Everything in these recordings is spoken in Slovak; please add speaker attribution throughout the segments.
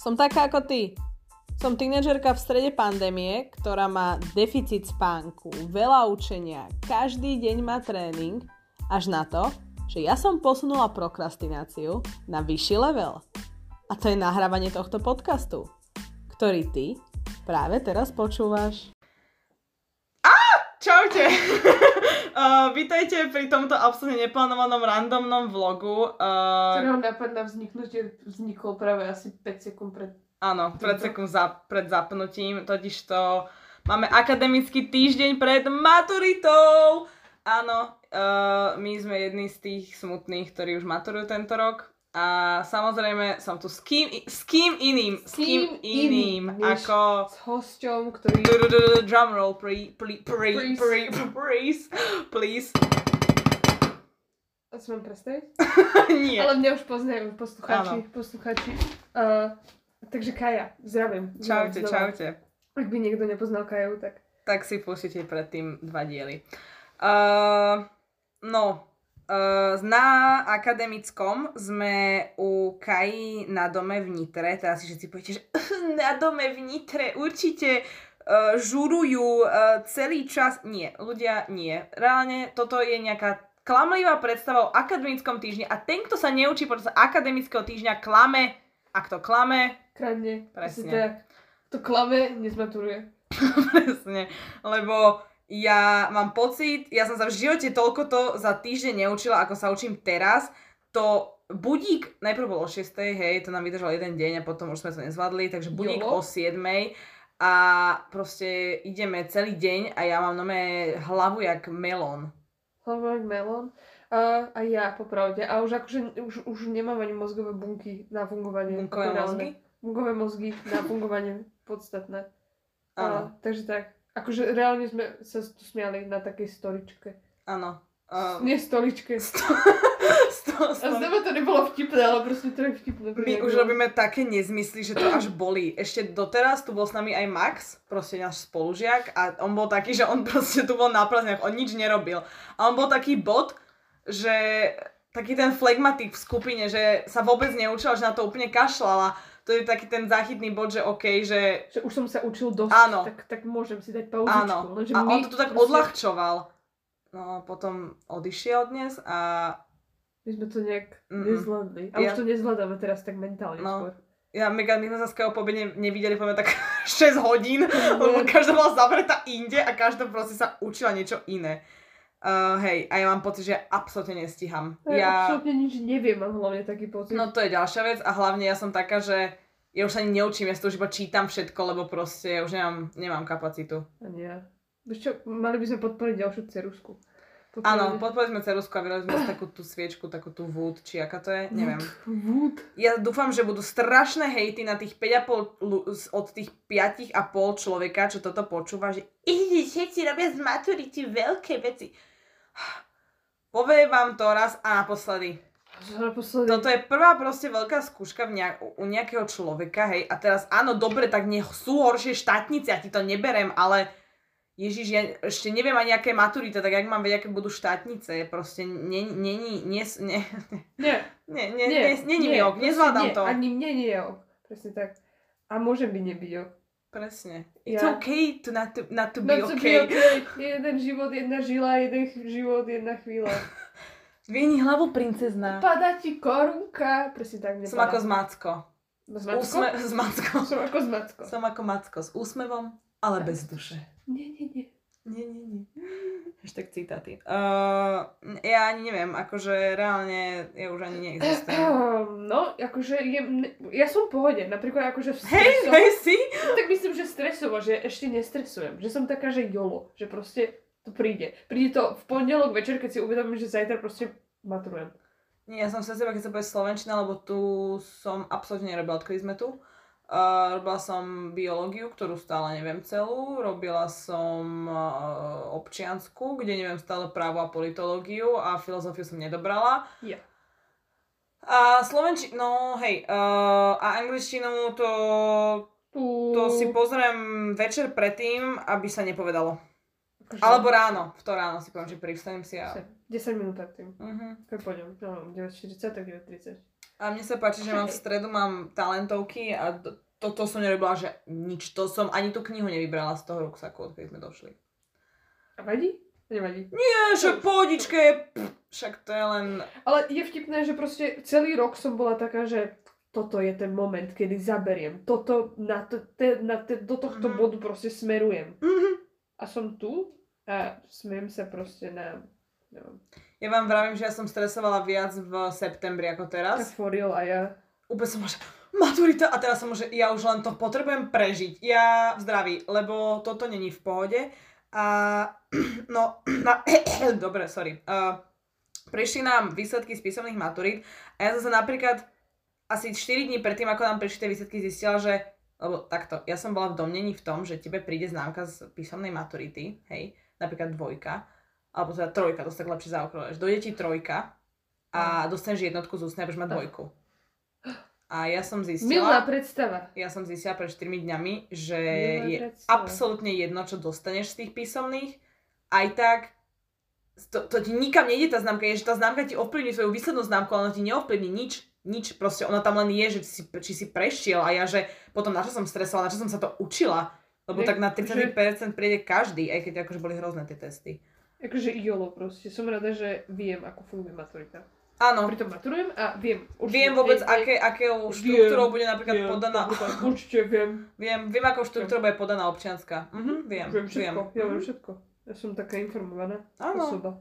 Speaker 1: Som taká ako ty. Som tínedžerka v strede pandémie, ktorá má deficit spánku, veľa učenia, každý deň má tréning, až na to, že ja som posunula prokrastináciu na vyšší level. A to je nahrávanie tohto podcastu, ktorý ty práve teraz počúvaš.
Speaker 2: Čaute! uh, vítajte pri tomto absolútne neplánovanom randomnom eh, vlogu. Uh,
Speaker 3: Ktorého nápad na vzniknutie vznikol práve asi 5 sekúnd pred...
Speaker 2: áno, pred sekund za, pred zapnutím, totižto máme akademický týždeň pred maturitou. Áno, uh, my sme jedni z tých smutných, ktorí už maturujú tento rok. A samozrejme som tu s kým, i- s kým iným, s kým iným,
Speaker 3: než
Speaker 2: ako...
Speaker 3: S hosťom, ktorý...
Speaker 2: Drum roll, please, please, please,
Speaker 3: Please.
Speaker 2: please, please.
Speaker 3: A Sme predstaviť?
Speaker 2: Nie.
Speaker 3: Ale mňa už poznajú posluchači, posluchači. Uh, takže Kaja, zdravím.
Speaker 2: Čaute,
Speaker 3: Znova.
Speaker 2: čaute.
Speaker 3: Ak by niekto nepoznal Kaju, tak...
Speaker 2: tak si pustite predtým dva diely. Uh, no, uh, na akademickom sme u Kaji na dome v Nitre, teraz si všetci poviete, že na dome v Nitre určite uh, žurujú uh, celý čas. Nie, ľudia nie. Reálne toto je nejaká klamlivá predstava o akademickom týždni a ten, kto sa neučí počas akademického týždňa, klame. A kto klame,
Speaker 3: Kradne.
Speaker 2: Presne.
Speaker 3: Asi tak. To klame, nezmaturuje.
Speaker 2: Presne, lebo ja mám pocit, ja som sa v živote toľko to za týždeň neučila, ako sa učím teraz. To budík, najprv bol o 6, hej, to nám vydržal jeden deň a potom už sme to nezvládli, takže budík o
Speaker 3: Jolo.
Speaker 2: 7 a proste ideme celý deň a ja mám nové hlavu jak melón.
Speaker 3: Hlavne melón. A, a ja, popravde. A už akože, už, už nemám ani mozgové bunky na fungovanie.
Speaker 2: Bunkové
Speaker 3: Reálne.
Speaker 2: mozgy?
Speaker 3: Bunkové mozgy na fungovanie podstatné.
Speaker 2: Áno,
Speaker 3: Áno, takže tak. Akože reálne sme sa tu smiali na takej stoličke.
Speaker 2: áno. Um,
Speaker 3: Nie stoličke.
Speaker 2: sto, sto,
Speaker 3: A
Speaker 2: sto,
Speaker 3: znova to nebolo vtipné, ale proste to je vtipné.
Speaker 2: My už robíme také nezmysly, že to až boli. Ešte doteraz tu bol s nami aj Max, proste náš spolužiak a on bol taký, že on proste tu bol na prázdninách, on nič nerobil. A on bol taký bod, že taký ten flegmatik v skupine, že sa vôbec neučila, že na to úplne kašlala. To je taký ten záchytný bod, že okej, že
Speaker 3: Že už som sa učil dosť,
Speaker 2: Áno.
Speaker 3: Tak, tak môžem si dať pauzičku.
Speaker 2: áno.
Speaker 3: Lenže
Speaker 2: A on
Speaker 3: my
Speaker 2: to tu tak
Speaker 3: proste-
Speaker 2: odľahčoval. No potom odišiel dnes a
Speaker 3: My sme to nejak
Speaker 2: Mm, mm.
Speaker 3: nezvládli. A
Speaker 2: Ja-
Speaker 3: už to nezvládame teraz tak mentálne
Speaker 2: No.
Speaker 3: skôr.
Speaker 2: Ja, mega, my sme sa s Kajou po obede nevideli poviem tak 6 hodín, lebo každá bola zavretá inde a každá proste sa učila niečo iné. Uh, hej, a ja mám pocit, že ja absolútne nestíham.
Speaker 3: Ja, ja
Speaker 2: Ja,
Speaker 3: absolútne nič neviem, mám hlavne taký pocit.
Speaker 2: no to je ďalšia vec a hlavne ja som taká, že ja už sa ani neučím, ja si to už iba čítam všetko, lebo proste ja už nemám, nemám kapacitu.
Speaker 3: Ani ja. Vieš čo, mali by sme podporiť ďalšiu cerusku.
Speaker 2: Áno, podporili sme Cerusku a vyrobili sme si takú tú sviečku, takú tú Wood, či aká to je, neviem.
Speaker 3: Vúd.
Speaker 2: Ja dúfam, že budú strašné hejty na tých 5,5, lu- z- od tých 5,5 človeka, čo toto počúva, že ide, všetci robia z maturity veľké veci. Povie vám to raz a naposledy.
Speaker 3: Naposledy.
Speaker 2: Toto je prvá proste veľká skúška v nejak, u nejakého človeka, hej. A teraz áno, dobre, tak nech sú horšie štátnice, ja ti to neberem, ale Ježiš, ja ešte neviem ani aké maturita, tak jak mám vedieť, aké budú štátnice, proste není, není, nes, ne,
Speaker 3: Nie,
Speaker 2: ne, ne, ne, ne, není mi ok,
Speaker 3: proste
Speaker 2: nezvládam
Speaker 3: nie,
Speaker 2: to.
Speaker 3: Ani mne nie je ok, presne tak. A môže byť nebyť ok.
Speaker 2: Presne. It's
Speaker 3: Ja-
Speaker 2: okay to not to, not to
Speaker 3: No,
Speaker 2: be
Speaker 3: to
Speaker 2: okay.
Speaker 3: by ok. Jeden život, jedna žila, jeden ch- život, jedna chvíľa.
Speaker 2: Zvieni hlavu, princezná.
Speaker 3: Padá ti korunka. Presne tak, mne
Speaker 2: Som ako z Macko.
Speaker 3: No,
Speaker 2: S
Speaker 3: s matkou?
Speaker 2: úsme- S Macko.
Speaker 3: Som ako z matkou.
Speaker 2: Som ako Macko s úsmevom, ale bez duše.
Speaker 3: Nie, nie, nie.
Speaker 2: Nie, nie, nie. Hashtag citáty. Uh, ja ani neviem, akože reálne ja už ani neexistujem.
Speaker 3: No, akože je, mne- ja som v pohode, napríklad akože v
Speaker 2: Hej,
Speaker 3: streso-
Speaker 2: hej, si?
Speaker 3: No tak myslím, že stresovo, že ešte nestresujem, že som taká, že jolo, že proste to príde. Príde to v pondelok večer, keď si uvedomím, že zajtra proste maturujem.
Speaker 2: Nie, ja som sa seba, keď sa povie Slovenčina, lebo tu som absolútne nerobila, odkedy sme tu. Uh, robila som biológiu, ktorú stále neviem celú. Robila som uh, občiansku, kde neviem stále právo a politológiu a filozofiu som nedobrala.
Speaker 3: Ja.
Speaker 2: A slovenčinu, no hej, uh, a angličtinu to,
Speaker 3: Tu...
Speaker 2: to si pozriem večer predtým, aby sa nepovedalo.
Speaker 3: Akože-
Speaker 2: Alebo ráno, v to ráno si poviem, že privstanem si a...
Speaker 3: Sem, 10 minút predtým.
Speaker 2: Mhm.
Speaker 3: Tak poďom. No, 9.40, tak 9.30.
Speaker 2: A mne sa páči, že mám v stredu mám talentovky a to, to, to som nerobila, že nič. To som ani tú knihu nevybrala z toho ruksaku, odkedy sme došli. E,
Speaker 3: A vadí? Nevadí.
Speaker 2: Nie, že pohodičke, pff, však to je len...
Speaker 3: Ale je vtipné, že proste celý rok som bola taká, že toto je ten moment, kedy zaberiem. Toto na to, te, na te, do tohto
Speaker 2: Mhm.
Speaker 3: bodu proste smerujem.
Speaker 2: Mhm.
Speaker 3: A som tu a smiem sa proste na... No,
Speaker 2: Ja vám vravím, že ja som stresovala viac v septembri ako teraz.
Speaker 3: Kaforil a ja...
Speaker 2: Úplne som môže, maturita a teraz som môže, ja už len to potrebujem prežiť. Ja v zdraví, lebo toto není v pohode. A no, na, dobre, sorry. Uh, prišli nám výsledky z písomných maturít a ja som sa napríklad asi 4 dní predtým, ako nám prišli tie výsledky, zistila, že lebo takto, ja som bola v domnení v tom, že tebe príde známka z písomnej maturity, hej, napríklad dvojka, alebo teda trojka, to sa tak lepšie zaokrúhľaš. Dojde ti trojka a dostaneš jednotku z ústnej, budeš mať dvojku. A ja som
Speaker 3: Milá
Speaker 2: zistila,
Speaker 3: predstava.
Speaker 2: ja som zistila pred 4 dňami, že
Speaker 3: Milá
Speaker 2: je
Speaker 3: predstava.
Speaker 2: absolútne jedno, čo dostaneš z tých písomných, aj tak to, to ti nikam nejde tá známka, je, že tá známka ti ovplyvní svoju výslednú známku, ale ona ti neovplyvní nič, nič, proste ona tam len je, že si, či si prešiel a ja, že potom na čo som stresovala, na čo som sa to učila, lebo
Speaker 3: Ne-
Speaker 2: tak na
Speaker 3: že-
Speaker 2: 30% príde každý, aj keď akože boli hrozné tie testy.
Speaker 3: Akože jolo proste. Som rada, že viem, ako funguje maturita.
Speaker 2: Áno,
Speaker 3: Pritom maturujem a viem.
Speaker 2: No. viem vôbec, aké, akou štruktúrou bude napríklad
Speaker 3: viem,
Speaker 2: podaná,
Speaker 3: Určite viem.
Speaker 2: viem, viem, akou štruktúrou bude podaná občianská. Mhm, viem,
Speaker 3: Viem všetko. Ja
Speaker 2: Mhm.
Speaker 3: viem všetko. Ja som taká informovaná
Speaker 2: Áno,
Speaker 3: osoba.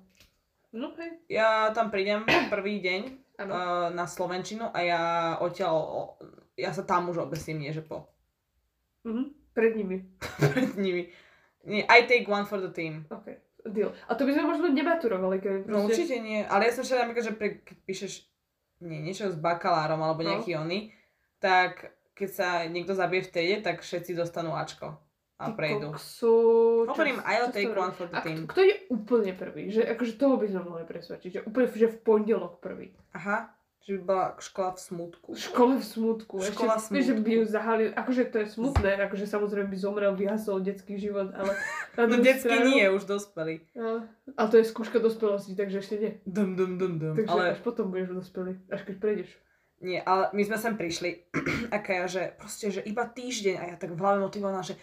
Speaker 3: No hej.
Speaker 2: ja tam prídem prvý deň
Speaker 3: Áno.
Speaker 2: uh, na Slovenčinu a ja odtiaľ, o- ja sa tam už obesím, nie že po,
Speaker 3: Mhm. Pred nimi.
Speaker 2: pred nimi. Nie, I take one for the team.
Speaker 3: OK. Deal. A to by sme možno nematurovali, keby proste...
Speaker 2: No určite nie, ale ja som všetko napríklad, že pri, keď píšeš nie, niečo s bakalárom alebo
Speaker 3: No.
Speaker 2: nejaký oný, tak keď sa niekto zabije v triede, tak všetci dostanú Ačko a
Speaker 3: Ty
Speaker 2: prejdú.
Speaker 3: kokso, čo-
Speaker 2: Hovorím, I'll
Speaker 3: čo
Speaker 2: take
Speaker 3: sa robí?
Speaker 2: one for the
Speaker 3: A
Speaker 2: team.
Speaker 3: kto, kto je úplne prvý? Že akože toho by sme mohli presvedčiť. Že úplne, že v pondelok prvý.
Speaker 2: Aha, že by bola škola v smutku.
Speaker 3: Škola v smutku.
Speaker 2: Škola Mm.
Speaker 3: Ešte, vieš, že by
Speaker 2: smútku.
Speaker 3: ju zahalil. Akože to je smutné, akože samozrejme by zomrel, vyhasol detský život, ale... na
Speaker 2: No
Speaker 3: druhú
Speaker 2: detsky
Speaker 3: stranu-
Speaker 2: nie, už dospelí.
Speaker 3: No, A to je skúška dospelosti, takže ešte nie.
Speaker 2: Dum, dum, dum, dum.
Speaker 3: Takže
Speaker 2: Ale
Speaker 3: až potom budeš dospelý, až keď prejdeš.
Speaker 2: Nie, ale my sme sem prišli a Kaja, že proste, že iba týždeň a ja tak v hlave motivovaná, že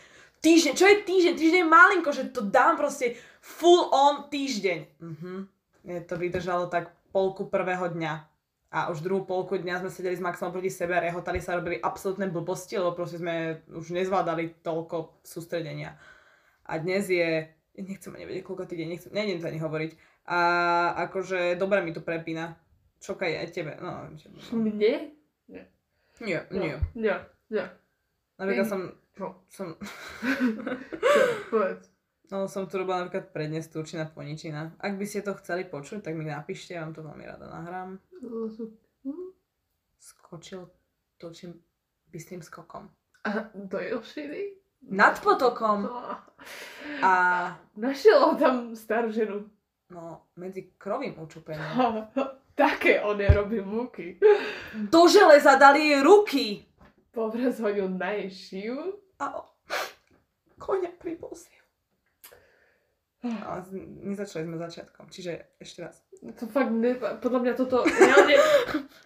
Speaker 2: týždeň, čo je týždeň? Týždeň je malinko, že to dám proste full on týždeň. Mhm. Mne to vydržalo tak polku prvého dňa. A už druhú polku dňa sme sedeli s Maxom proti sebe, rehotali sa, robili absolútne blbosti, lebo proste sme už nezvládali toľko sústredenia. A dnes je, nechcem ani vedieť, koľko týždeň, nechcem, nejdem za ani hovoriť. A akože dobre mi to prepína. Čo Kaja, aj tebe? No, že-
Speaker 3: Mne?
Speaker 2: nie,
Speaker 3: No.
Speaker 2: nie.
Speaker 3: Nie, nie.
Speaker 2: Napríklad
Speaker 3: Ani-
Speaker 2: som, no,
Speaker 3: Čo?
Speaker 2: som,
Speaker 3: Čo? Povedz.
Speaker 2: no, som tu robila napríklad prednes Turčina Poničina. Ak by ste to chceli počuť, tak mi napíšte, ja vám to veľmi rada nahrám.
Speaker 3: No, sú- Hm?
Speaker 2: Skočil točím bystrým skokom.
Speaker 3: A do Jošiny?
Speaker 2: Nad potokom a
Speaker 3: No, Našiel tam starú ženu.
Speaker 2: no, medzi krovým učupením.
Speaker 3: Také one robí múky.
Speaker 2: Do železa dali jej ruky
Speaker 3: Povraz hodil na jej šiju.
Speaker 2: a o- konia pribozil. Ale No, z- nezačali sme začiatkom, čiže ešte raz.
Speaker 3: To fakt ne... Podľa mňa toto reálne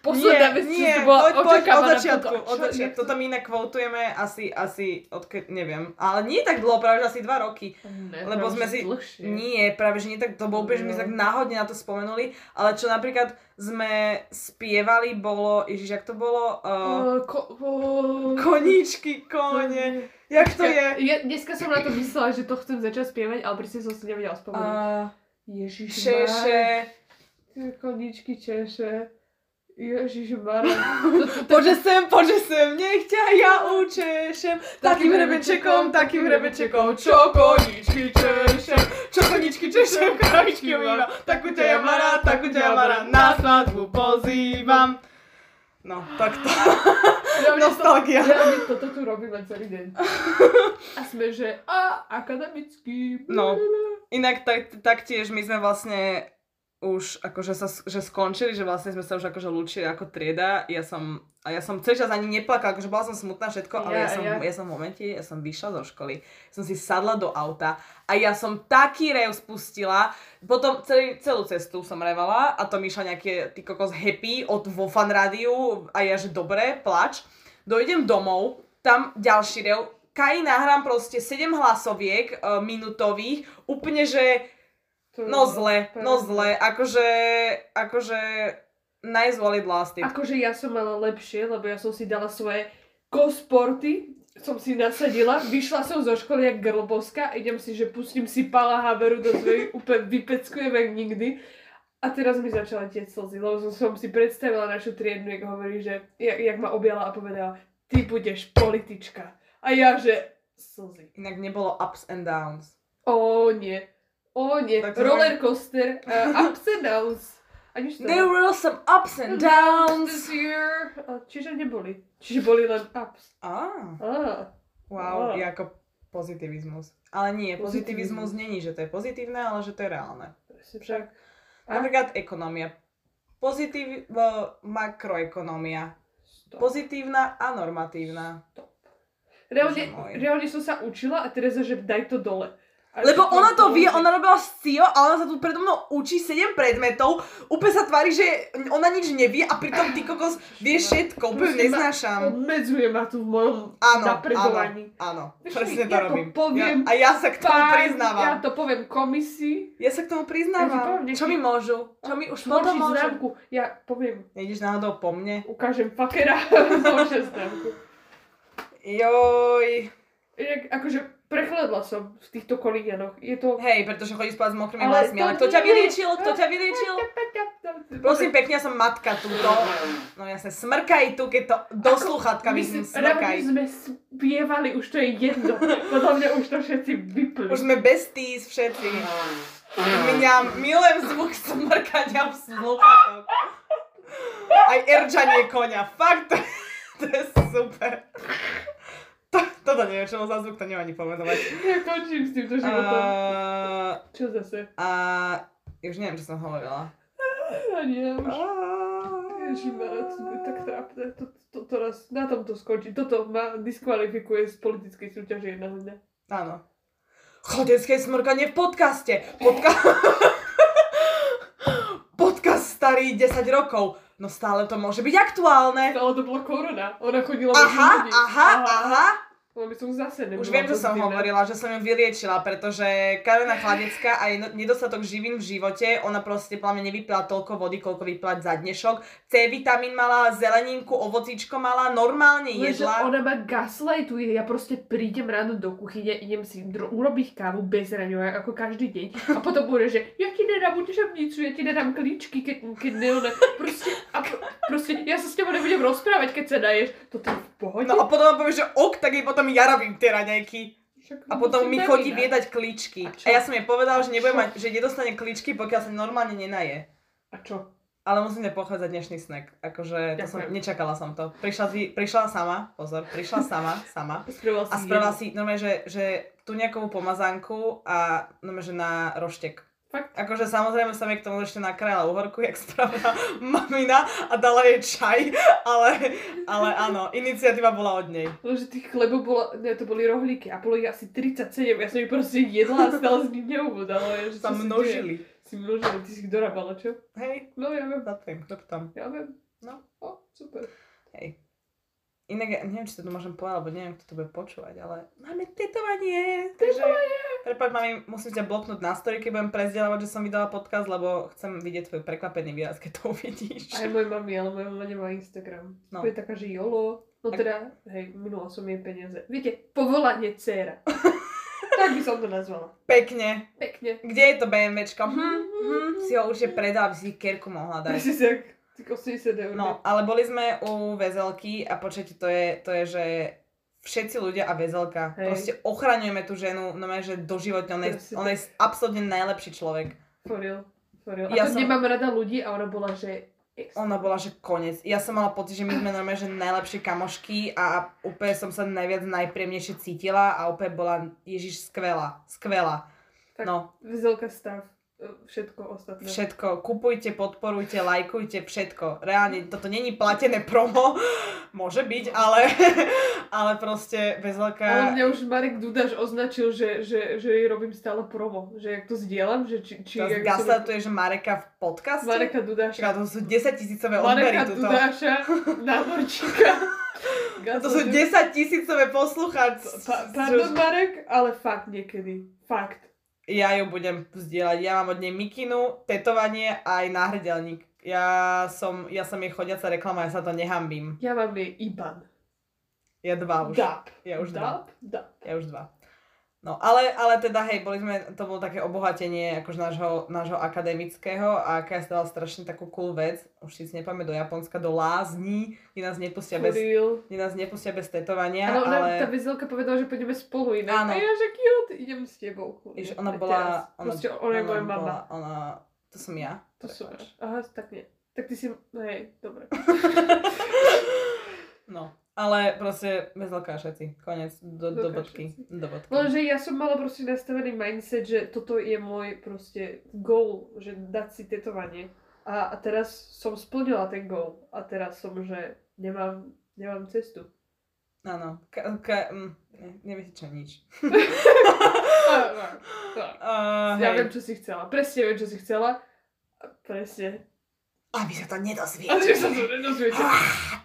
Speaker 3: posledná vec, čo
Speaker 2: nie,
Speaker 3: si bola
Speaker 2: poď, poď, od
Speaker 3: očakávaná.
Speaker 2: začiatku,
Speaker 3: toto.
Speaker 2: od
Speaker 3: Čo,
Speaker 2: začiatku.
Speaker 3: jak
Speaker 2: Toto my inak kvotujeme asi, asi, odke, neviem, ale nie tak dlho, práve že asi dva roky.
Speaker 3: Ne,
Speaker 2: lebo
Speaker 3: práve,
Speaker 2: sme
Speaker 3: že
Speaker 2: si-
Speaker 3: Dlhšie.
Speaker 2: Nie, práve že nie tak to bolo, že my
Speaker 3: No.
Speaker 2: sa tak náhodne na to spomenuli, ale čo napríklad sme spievali bolo, ježiš, jak to bolo, uh,
Speaker 3: Uh, ko- uh,
Speaker 2: koníčky, kone, no, jak to je?
Speaker 3: Ja, dneska som na to myslela, že to chcem začať spievať, ale presne som si nevedela spomenúť.
Speaker 2: Uh,
Speaker 3: Ježiš
Speaker 2: šeše,
Speaker 3: Koničky češe. Ježiš Mara.
Speaker 2: poďže sem, poďže sem, nech ťa ja učešem, takým rebenčekom, takým rebenčekom, čo koničky češem, čo koničky češem, kravičky umývam, takú ťa ja mara, takú ťa ja mara, na svadbu pozývam. No, tak to, nostalgia.
Speaker 3: Ja my toto tu robíme celý deň. A sme, že a, akademický.
Speaker 2: No. Inak tak, taktiež my sme vlastne už akože sa, že skončili, že vlastne sme sa už akože lúčili ako trieda. Ja som, a ja som celý čas ani neplakala, akože bola som smutná všetko, ale ja,
Speaker 3: Ja,
Speaker 2: ja, som, ja.
Speaker 3: ja.
Speaker 2: ja som v momente, ja som vyšla zo školy, som si sadla do auta a ja som taký rev spustila. Potom celý, celú cestu som revala a to mi išla nejaké ty kokos happy od vo fan rádiu a ja že dobre, plač. Dojdem domov, tam ďalší rev, Kaj nahrám proste 7 hlasoviek e, minútových, úplne že
Speaker 3: To je-
Speaker 2: No zle,
Speaker 3: to je-
Speaker 2: no zle, akože, akože nice valid last tip.
Speaker 3: Akože ja som mala lepšie, lebo ja som si dala svoje kosporty, som si nasadila, vyšla som zo školy jak grlbovská, idem si, že pustím si Pala Haveru do svojej, úplne vypeckujem jak nikdy. A teraz mi začala tieť slzy, lebo som, som si predstavila našu triednu, jak hovorí, že jak, jak ma objala a povedala, ty budeš politička. A ja, že slzy.
Speaker 2: Inak nebolo ups and downs.
Speaker 3: Ó nie, ó nie,
Speaker 2: Tak to
Speaker 3: roller coaster, uh, ups and downs. A nič to
Speaker 2: There were some ups and downs.
Speaker 3: This year. A čiže neboli. Čiže boli len ups.
Speaker 2: Á,
Speaker 3: Á,
Speaker 2: Ah, wow,
Speaker 3: Á.
Speaker 2: je ako pozitivizmus. Ale nie, pozitivizmus
Speaker 3: Pozitivizmus.
Speaker 2: není, že to je pozitívne, ale že to je reálne.
Speaker 3: presne však. Á.
Speaker 2: Napríklad ekonomia. Pozitív, eh, makroekonomia.
Speaker 3: Stop.
Speaker 2: Pozitívna a normatívna.
Speaker 3: Reálne,
Speaker 2: Bože môj.
Speaker 3: reálne som sa učila a Tereza, že daj to dole. A
Speaker 2: Lebo
Speaker 3: že
Speaker 2: ona to
Speaker 3: dole,
Speaker 2: vie,
Speaker 3: že-
Speaker 2: ona robila SCIO a ona sa tu predo mnou učí 7 predmetov, úplne sa tvári, že ona nič nevie a pritom ty kokos vie všetko, úplne
Speaker 3: Prosím,
Speaker 2: neznášam.
Speaker 3: Obmedzuje ma tu v mojom
Speaker 2: Áno, áno,
Speaker 3: napredovaní.
Speaker 2: áno,
Speaker 3: Vieš,
Speaker 2: presne
Speaker 3: ja
Speaker 2: to
Speaker 3: to
Speaker 2: robím.
Speaker 3: poviem.
Speaker 2: Ja, a ja sa k tomu
Speaker 3: Pán,
Speaker 2: priznávam.
Speaker 3: Ja to poviem komisii.
Speaker 2: Ja sa k tomu
Speaker 3: Ja ti No,
Speaker 2: priznávam.
Speaker 3: poviem, nech
Speaker 2: Čo mi
Speaker 3: mi-
Speaker 2: môžu? Čo mi už potom
Speaker 3: Zhorší
Speaker 2: môžu?
Speaker 3: známku. Ja poviem,
Speaker 2: Nejdeš náhodou po mne?
Speaker 3: ukážem fakera. Zhoršia známku.
Speaker 2: Joj.
Speaker 3: Jak, akože prechladla som v týchto kolíňanoch. Je to...
Speaker 2: Hej, pretože chodíš spať s mokrými
Speaker 3: Ale
Speaker 2: vlasmi,
Speaker 3: to
Speaker 2: ale kto ťa
Speaker 3: nie.
Speaker 2: vyliečil? Kto ťa vyliečil? Prosím pekne, ja som matka túto. No jasne, smrkaj tu, keď to do
Speaker 3: Ako-
Speaker 2: slúchatka
Speaker 3: My
Speaker 2: myslím,
Speaker 3: sme,
Speaker 2: smrkaj.
Speaker 3: ráno sme spievali, už to je jedno. Podľa mňa už to všetci vypli.
Speaker 2: Už sme besties všetci. Mňa milujem zvuk smrkania v sluchatok. Aj erčanie konia. Fakt, to, to je super. To, toto neviem, čo za zvuk, to neviem ani pomenovať.
Speaker 3: Ja končím s týmto životom.
Speaker 2: Uh,
Speaker 3: Čo zase?
Speaker 2: a už neviem, čo som hovorila.
Speaker 3: Ja nie, už... Ježišmarja, to je tak
Speaker 2: Uh,
Speaker 3: trápne. To, to, to raz, na tom to skončí. Toto ma diskvalifikuje z politickej súťaže jedného dňa.
Speaker 2: áno. Chodecké smrkanie v podcaste. Podka... Podcast starý 10 rokov. No stále to môže byť aktuálne.
Speaker 3: Ale to bola korona. Ona chodila
Speaker 2: Aha, aha, aha.
Speaker 3: Lebo by som zase nebola
Speaker 2: Už viem, čo som
Speaker 3: pozitívna.
Speaker 2: hovorila, že som ju vyliečila, pretože Karina Chladecká a jej no- nedostatok živín v živote, ona proste podľa mňa nevypila toľko vody, koľko vypila za dnešok. C vitamín mala, zeleninku, ovocíčko mala, normálne
Speaker 3: Lenže
Speaker 2: jedla.
Speaker 3: ona ma gaslightuje, ja proste prídem ráno do kuchyne, idem si dro- urobiť kávu bez raňova, ako každý deň. A potom bude, že ja ti nedám učebnicu, ja ti nedám klíčky, keď, keď ne, ona, proste, a pr- proste, ja sa s tebou nebudem rozprávať, keď sa naješ. Toto je v pohode.
Speaker 2: No a potom ona povie, že ok, tak jej potom ja robím tie raňajky.
Speaker 3: Však
Speaker 2: A potom mi
Speaker 3: musím na
Speaker 2: chodí
Speaker 3: iné.
Speaker 2: viedať kličky.
Speaker 3: A čo?
Speaker 2: A ja som jej povedala, že, nebudem
Speaker 3: čo?
Speaker 2: mať, že nedostane kličky, pokiaľ sa normálne nenaje.
Speaker 3: A čo?
Speaker 2: Ale musím ťa pochváliť za dnešný snack. Akože to som,
Speaker 3: Ďakujem.
Speaker 2: nečakala som to. Prišla, si, prišla sama, pozor, prišla sama, sama.
Speaker 3: Spravila si
Speaker 2: A spravila
Speaker 3: jednu.
Speaker 2: si, normálne, že, že tú nejakovú pomazánku a normálne, že na roštek.
Speaker 3: Fakt?
Speaker 2: Akože samozrejme som jej k tomu ešte nakrájala uhorku, jak spravila mamina a dala jej čaj, ale, ale áno, iniciatíva bola od nej.
Speaker 3: Lebo že tých chlebov bolo, ne, to boli rohlíky a bolo ich asi 37, ja som ich proste jedla a stále z nich neubudala. Ja, že
Speaker 2: Sa
Speaker 3: čo si deje?
Speaker 2: množili.
Speaker 3: Si množili, ty si ich dorabala, čo?
Speaker 2: Hej,
Speaker 3: No ja viem,
Speaker 2: za tým chrbtom.
Speaker 3: ja viem.
Speaker 2: No.
Speaker 3: O, super.
Speaker 2: Hej. Inak ja neviem, či to tu môžem povedať, alebo neviem, kto to bude počúvať, ale máme tetovanie. Tetovanie. Prepáč, mami, musím ťa bloknúť na story, keď budem prezdeľovať, že som vydala podcast, lebo chcem vidieť tvoj prekvapený výraz, keď to uvidíš.
Speaker 3: Aj moje mami, ale moja mama nemá Instagram.
Speaker 2: No.
Speaker 3: No. Je taká, že jolo. No
Speaker 2: Tak-
Speaker 3: teda, hej, minula som jej peniaze. Viete, povolanie dcéra. tak by som to nazvala.
Speaker 2: Pekne.
Speaker 3: Pekne.
Speaker 2: Kde je to BMWčko? Hm, hm, si ho určite predala, aby si kerku mohla dať.
Speaker 3: Presne si tak, tak 80 eur.
Speaker 2: No, ale boli sme u väzelky a počujete, to je, to je, že všetci ľudia a väzelka.
Speaker 3: Hej.
Speaker 2: Proste ochraňujeme tú ženu, no že doživotne, ona je,
Speaker 3: Presne
Speaker 2: ona je absolútne najlepší človek.
Speaker 3: Foril, foril. A
Speaker 2: Ja
Speaker 3: ja to
Speaker 2: som-
Speaker 3: nemám rada ľudí a ona bola, že... ex-
Speaker 2: Ona bola, že koniec. Ja som mala pocit, že my sme normálne, že najlepšie kamošky a úplne som sa najviac najpriemnejšie cítila a úplne bola, Ježiš, skvelá, skvelá.
Speaker 3: Tak.
Speaker 2: No,
Speaker 3: Vezelka stav. e, všetko ostatné.
Speaker 2: Všetko. Kupujte, podporujte, lajkujte, všetko. Reálne, toto není platené promo. Môže byť, ale, ale proste bez
Speaker 3: Ale
Speaker 2: veľká...
Speaker 3: mňa už Marek Dudaš označil, že, že, že jej robím stále promo. Že jak to zdieľam, že či... či jak som-
Speaker 2: Gastartuješ Mareka v podcaste?
Speaker 3: Mareka Dudaša.
Speaker 2: Čaká, to sú 10 tisícové odbery
Speaker 3: Mareka
Speaker 2: tuto.
Speaker 3: Dudaša, námorčíka.
Speaker 2: To sú 10 tisícové poslucháč.
Speaker 3: Pa- pardon, Marek, ale fakt niekedy. Fakt.
Speaker 2: Ja ju budem zdieľať. Ja mám od nej mikinu, tetovanie a aj náhrdelník. Ja som, ja som jej chodiaca reklama, ja sa to nehambím.
Speaker 3: Ja mám jej IBAN.
Speaker 2: Ja dva už.
Speaker 3: Dap.
Speaker 2: Ja už dva.
Speaker 3: Dap, dap.
Speaker 2: Ja už dva. No, ale, ale teda, hej, boli sme, to bolo také obohatenie akože nášho, nášho akademického a Kaja si dala strašne takú cool vec, už si nepamätám, do Japonska, do Lázní, kde nás nepustia, bez,
Speaker 3: Kuril.
Speaker 2: kde nás nepustia bez tetovania,
Speaker 3: Ale ona, tá
Speaker 2: ale...
Speaker 3: vezelka povedala, že pôjdeme spolu inak.
Speaker 2: Áno.
Speaker 3: A ja, že cute, idem s tebou. kuril.
Speaker 2: Ježiš, ona
Speaker 3: A
Speaker 2: bola...
Speaker 3: teraz.
Speaker 2: Ona,
Speaker 3: Proste ona je moja mama.
Speaker 2: bola- Ona, to som ja.
Speaker 3: To sú...
Speaker 2: Prepáč.
Speaker 3: Aha, tak nie. Tak ty si... Hej, dobre.
Speaker 2: No, ale proste bez veľká všetci. Konec. Do, do
Speaker 3: Veľká
Speaker 2: bodky. Do bodky.
Speaker 3: Lenže No, ja som mala proste nastavený mindset, že toto je môj proste goal, že dať si tetovanie. A, a teraz som splnila ten goal. A teraz som, že nemám, nemám cestu.
Speaker 2: Áno. Ka, ka, mm, ne- nevytýčam nič.
Speaker 3: Ah,
Speaker 2: Uh,
Speaker 3: Ja viem, čo si chcela. Presne viem, čo si chcela. A Presne.
Speaker 2: Aby sa to nedozviete.
Speaker 3: A ty sa to nedozviete.
Speaker 2: Á,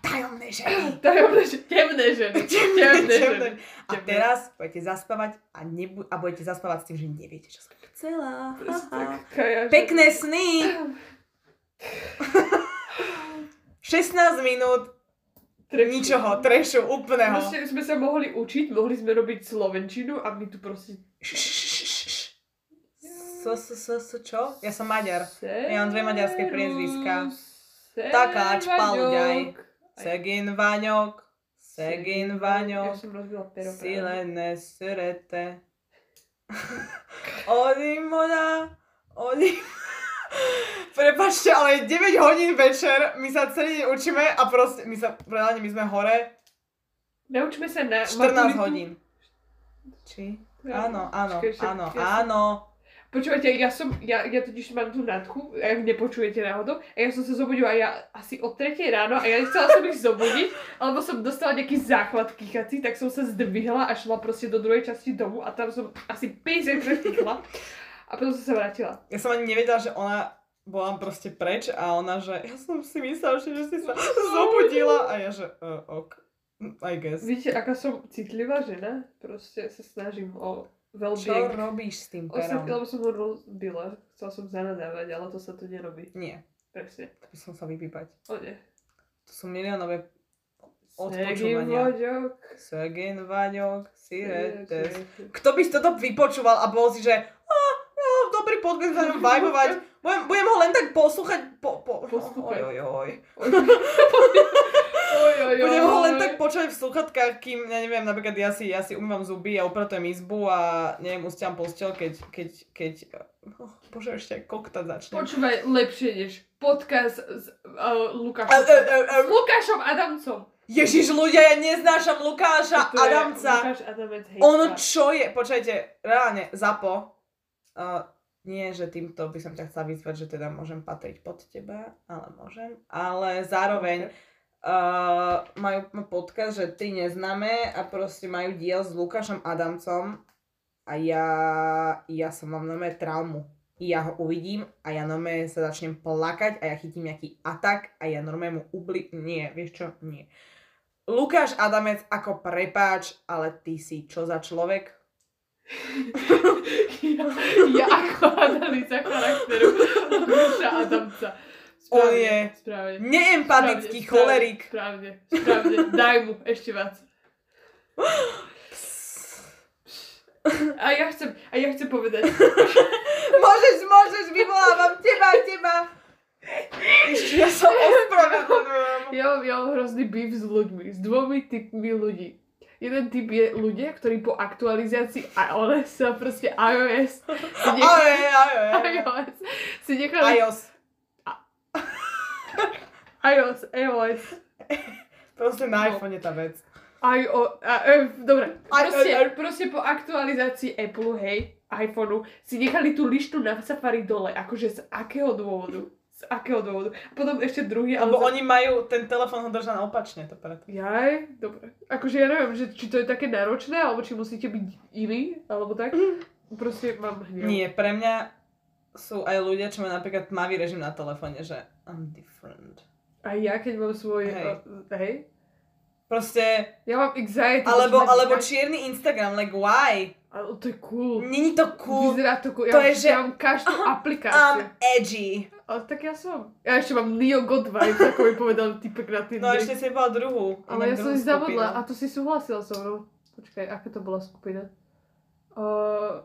Speaker 2: Tajomné ženy.
Speaker 3: Tajomné ženy. Temné ženy. Temné ženy.
Speaker 2: A
Speaker 3: Temné.
Speaker 2: teraz budete zaspávať a, nebu- a budete zaspávať s tým, že neviete, čo som chcela. Ha,
Speaker 3: Presne tak.
Speaker 2: ha.
Speaker 3: Kaja, že-
Speaker 2: Pekné sny. 16 minút
Speaker 3: Trepči.
Speaker 2: ničoho, trešu, úplného.
Speaker 3: Proste sme sa mohli učiť, mohli sme robiť slovenčinu a my tu proste...
Speaker 2: So, so, so, so, čo? Ja som Maďar.
Speaker 3: Seru,
Speaker 2: mám dve maďarské priezviská.
Speaker 3: Seru,
Speaker 2: Takáč, Paluďaj.
Speaker 3: Vaňok.
Speaker 2: Segin Vaňok, Segin
Speaker 3: Ja
Speaker 2: Vaňok,
Speaker 3: som rozbila pero. práve.
Speaker 2: Silene Sürete. Odimoda, Odim... Prepačte, ale je 9 hodín večer, my sa celý deň učíme a proste, my sa, reálne my sme hore
Speaker 3: Naučme sa na
Speaker 2: 14
Speaker 3: E, maturitu.
Speaker 2: hodín. Či? Áno, áno,
Speaker 3: Počkaj, však
Speaker 2: áno,
Speaker 3: ja som-
Speaker 2: áno.
Speaker 3: Počúvajte, ja som, ja, ja totiž mám tú nadchu, ak nepočujete náhodou, a ja som sa zobudila ja asi o 3 ráno a ja nechcela som ich zobudiť, alebo som dostala nejaký záchvat kýchací, tak som sa zdvihla a šla proste do druhej časti domu a tam som asi 50 krát kýchla a potom som sa vrátila.
Speaker 2: Ja som ani nevedela, že ona bola proste preč a ona, že ja som si myslela, že že si sa zobudila a ja, že uh, ok, I guess.
Speaker 3: Vidíte, aká som citlivá žena? Proste sa snažím o
Speaker 2: Čo
Speaker 3: well-being.
Speaker 2: robíš s tým
Speaker 3: Ostatní,
Speaker 2: perom?
Speaker 3: lebo som ho rozbila. Chcela som zanadávať, ale to sa tu nerobí.
Speaker 2: Nie,
Speaker 3: Presne.
Speaker 2: to by som sa vypípať.
Speaker 3: O nie.
Speaker 2: To sú miliónové
Speaker 3: Negim
Speaker 2: odpočúvania.
Speaker 3: voďok.
Speaker 2: Sergen Vaňok, Siretes.
Speaker 3: Siretes.
Speaker 2: Kto by si toto vypočúval a bol si, že a, no, dobrý podcast, budem vibovať, budem, budem ho len tak poslúchať, po, po,
Speaker 3: Postúchať.
Speaker 2: oj, oj, oj.
Speaker 3: Oj, oj, oj.
Speaker 2: Budem ho len tak počuť v sluchatkách, kým, ja neviem, napríklad ja si, ja si umývam zuby a upratujem izbu a neviem, ustiam postel, keď, keď, keď, oh, bože, ešte aj kokta začne.
Speaker 3: Počúvaj lepšie než podcast s uh,
Speaker 2: Au, au,
Speaker 3: Lukášom.
Speaker 2: au, au.
Speaker 3: S Lukášom Adamcom.
Speaker 2: Ježiš, ľudia, ja neznášam Lukáša
Speaker 3: To je
Speaker 2: Adamca.
Speaker 3: Lukáš Adamec hejtman.
Speaker 2: Ono čo je, počkajte, reálne, zapo. Uh, nie, že týmto by som ťa chcela vyzvať, že teda môžem patriť pod teba, ale môžem. Ale zároveň uh, majú podcast, že tri neznáme a proste majú diel s Lukášom Adamcom a ja, ja som mám nové traumu. Ja ho uvidím a ja nome sa začnem plakať a ja chytím nejaký atak a ja normálne mu ubli... Nie, vieš čo? Nie. Lukáš Adamec ako prepáč, ale ty si čo za človek?
Speaker 3: ja, ja ako analýza charakteru Lukáša Adamca.
Speaker 2: On je
Speaker 3: Správne.
Speaker 2: Neempatický
Speaker 3: Správne,
Speaker 2: cholerik.
Speaker 3: Správne, správne. Daj mu ešte viac. A ja chcem, a ja chcem povedať,
Speaker 2: Môžeš, môžeš, vyvolávam teba, teba. Ešte ja som ospravedlňujem.
Speaker 3: ja mám, ja mám hrozný býv s ľuďmi, s dvomi typmi ľudí. Jeden typ je ľudia, ktorí po aktualizácii iOS sa proste iOS si
Speaker 2: Aj, aj,
Speaker 3: nechali,
Speaker 2: aj, aj.
Speaker 3: iOS si nechali
Speaker 2: Ajos.
Speaker 3: iOS, iOS,
Speaker 2: Proste na iPhone je tá vec.
Speaker 3: iOS, dobre,
Speaker 2: Aj,
Speaker 3: proste,
Speaker 2: aj, aj.
Speaker 3: proste po aktualizácii Apple, hej, iPhoneu si nechali tú lištu na safari dole. Akože z akého dôvodu? Z akého dôvodu? A potom ešte druhý, ale...
Speaker 2: Lebo
Speaker 3: za-
Speaker 2: oni majú, ten telefón ho držaný opačne, to preto.
Speaker 3: Jaj, dobre. Akože ja neviem, že, či to je také náročné, alebo či musíte byť iní, alebo tak. Proste mám hnev.
Speaker 2: Nie, pre mňa sú aj ľudia, čo majú napríklad tmavý režim na telefóne, že I'm different.
Speaker 3: A ja keď mám svoj...
Speaker 2: Hej.
Speaker 3: Hej. hej.
Speaker 2: Proste,
Speaker 3: Ja mám anxiety.
Speaker 2: alebo,
Speaker 3: keď mám
Speaker 2: alebo
Speaker 3: anxiety.
Speaker 2: čierny Instagram, like why?
Speaker 3: Ale to je cool.
Speaker 2: Není to cool,
Speaker 3: Vyzerá to cool. Ja,
Speaker 2: To
Speaker 3: mám-
Speaker 2: je, že-
Speaker 3: ja mám každú
Speaker 2: Aha,
Speaker 3: aplikáciu.
Speaker 2: I'm edgy.
Speaker 3: Ale tak ja som. Ja ešte mám Neo God vibes, ako mi povedal typek na tým.
Speaker 2: No ešte si bola druhú.
Speaker 3: Ale ja som si zavodla a to si súhlasila so mnou. Počkaj, aká to bola skupina? Uh,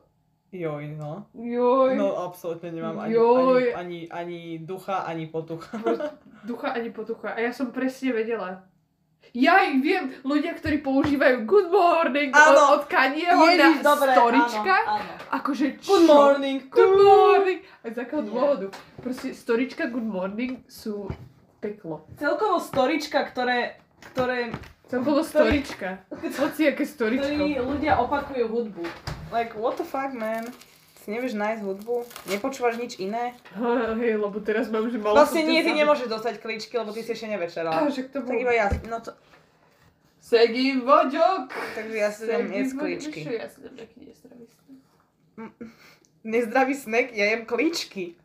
Speaker 2: Joj, no.
Speaker 3: joj,
Speaker 2: No absolútne nemám ani,
Speaker 3: Joj.
Speaker 2: ani, ani, ani ducha, ani potucha.
Speaker 3: ducha ani potucha. A ja som presne vedela. Ja ich viem, ľudia, ktorí používajú Good Morning
Speaker 2: Áno.
Speaker 3: od, od Kanyeho na storičkách.
Speaker 2: áno.
Speaker 3: Akože čo?
Speaker 2: Good morning.
Speaker 3: Good morning! A z akého
Speaker 2: Nie.
Speaker 3: dôvodu? Proste storička Good Morning sú peklo.
Speaker 2: Celkovo storička, ktoré, ktoré,
Speaker 3: Celkovo
Speaker 2: Ktorý-
Speaker 3: storička. Hoci aké storičko.
Speaker 1: ľudia opakujú hudbu.
Speaker 2: like what the fuck man? Si nevieš nájsť hudbu? Nepočúvaš nič iné?
Speaker 3: Hej, lebo teraz mám, že malo
Speaker 2: Vlastne
Speaker 3: som
Speaker 2: nie, ty
Speaker 3: to za-
Speaker 2: nemôžeš dostať kličky, lebo ty si ešte
Speaker 3: Á,
Speaker 2: nevečerala.
Speaker 3: však to
Speaker 2: Tak
Speaker 3: bolo.
Speaker 2: iba ja, si- no to,
Speaker 3: Segí voďok!
Speaker 2: takže ja si dám jesť kličky.
Speaker 3: Čo, ja si dám nejaký nezdravý sen.
Speaker 2: Nezdravý snack, ja jem kličky.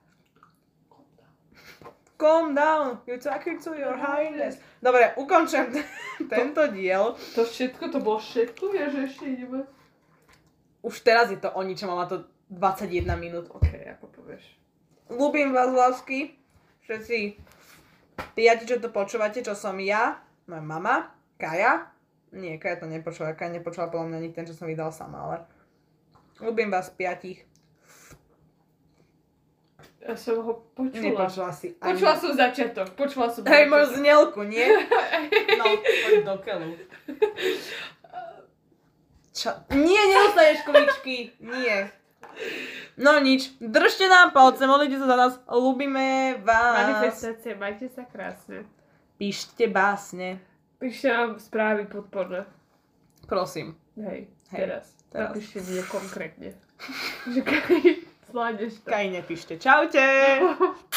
Speaker 2: Calm down, you talking to your highness. Dobre, ukončujem t- tento diel.
Speaker 3: To všetko, to bolo všetko, ja že ešte ideme.
Speaker 2: Už teraz je to o ničom, a má to 21 minút.
Speaker 3: OK, ako povieš.
Speaker 2: Ľúbim vás, lásky. Všetci piati, čo to počúvate, čo som ja, moja mama, Kaja. Nie, Kaja to nepočula, Kaja nepočula podľa mňa nikto, čo som vydal sama, ale... Ľúbim vás piatich.
Speaker 3: Ja som ho počula.
Speaker 2: Nepočula si ani...
Speaker 3: Počula som začiatok, počula som
Speaker 2: Hej, moju
Speaker 3: začiatok.
Speaker 2: znelku, nie? No, poď do keľu. Čo? Nie, nedostaneš kuličky. Nie. No nič, držte nám palce, modlite sa za nás, ľúbime vás.
Speaker 3: Manifestácie, majte sa krásne.
Speaker 2: Píšte básne.
Speaker 3: Píšte nám správy podporné.
Speaker 2: Prosím.
Speaker 3: Hej,
Speaker 2: Hej,
Speaker 3: teraz.
Speaker 2: teraz.
Speaker 3: Napíšte mne konkrétne. Že keď zvládneš to.
Speaker 2: Kaj nepíšte. Čaute.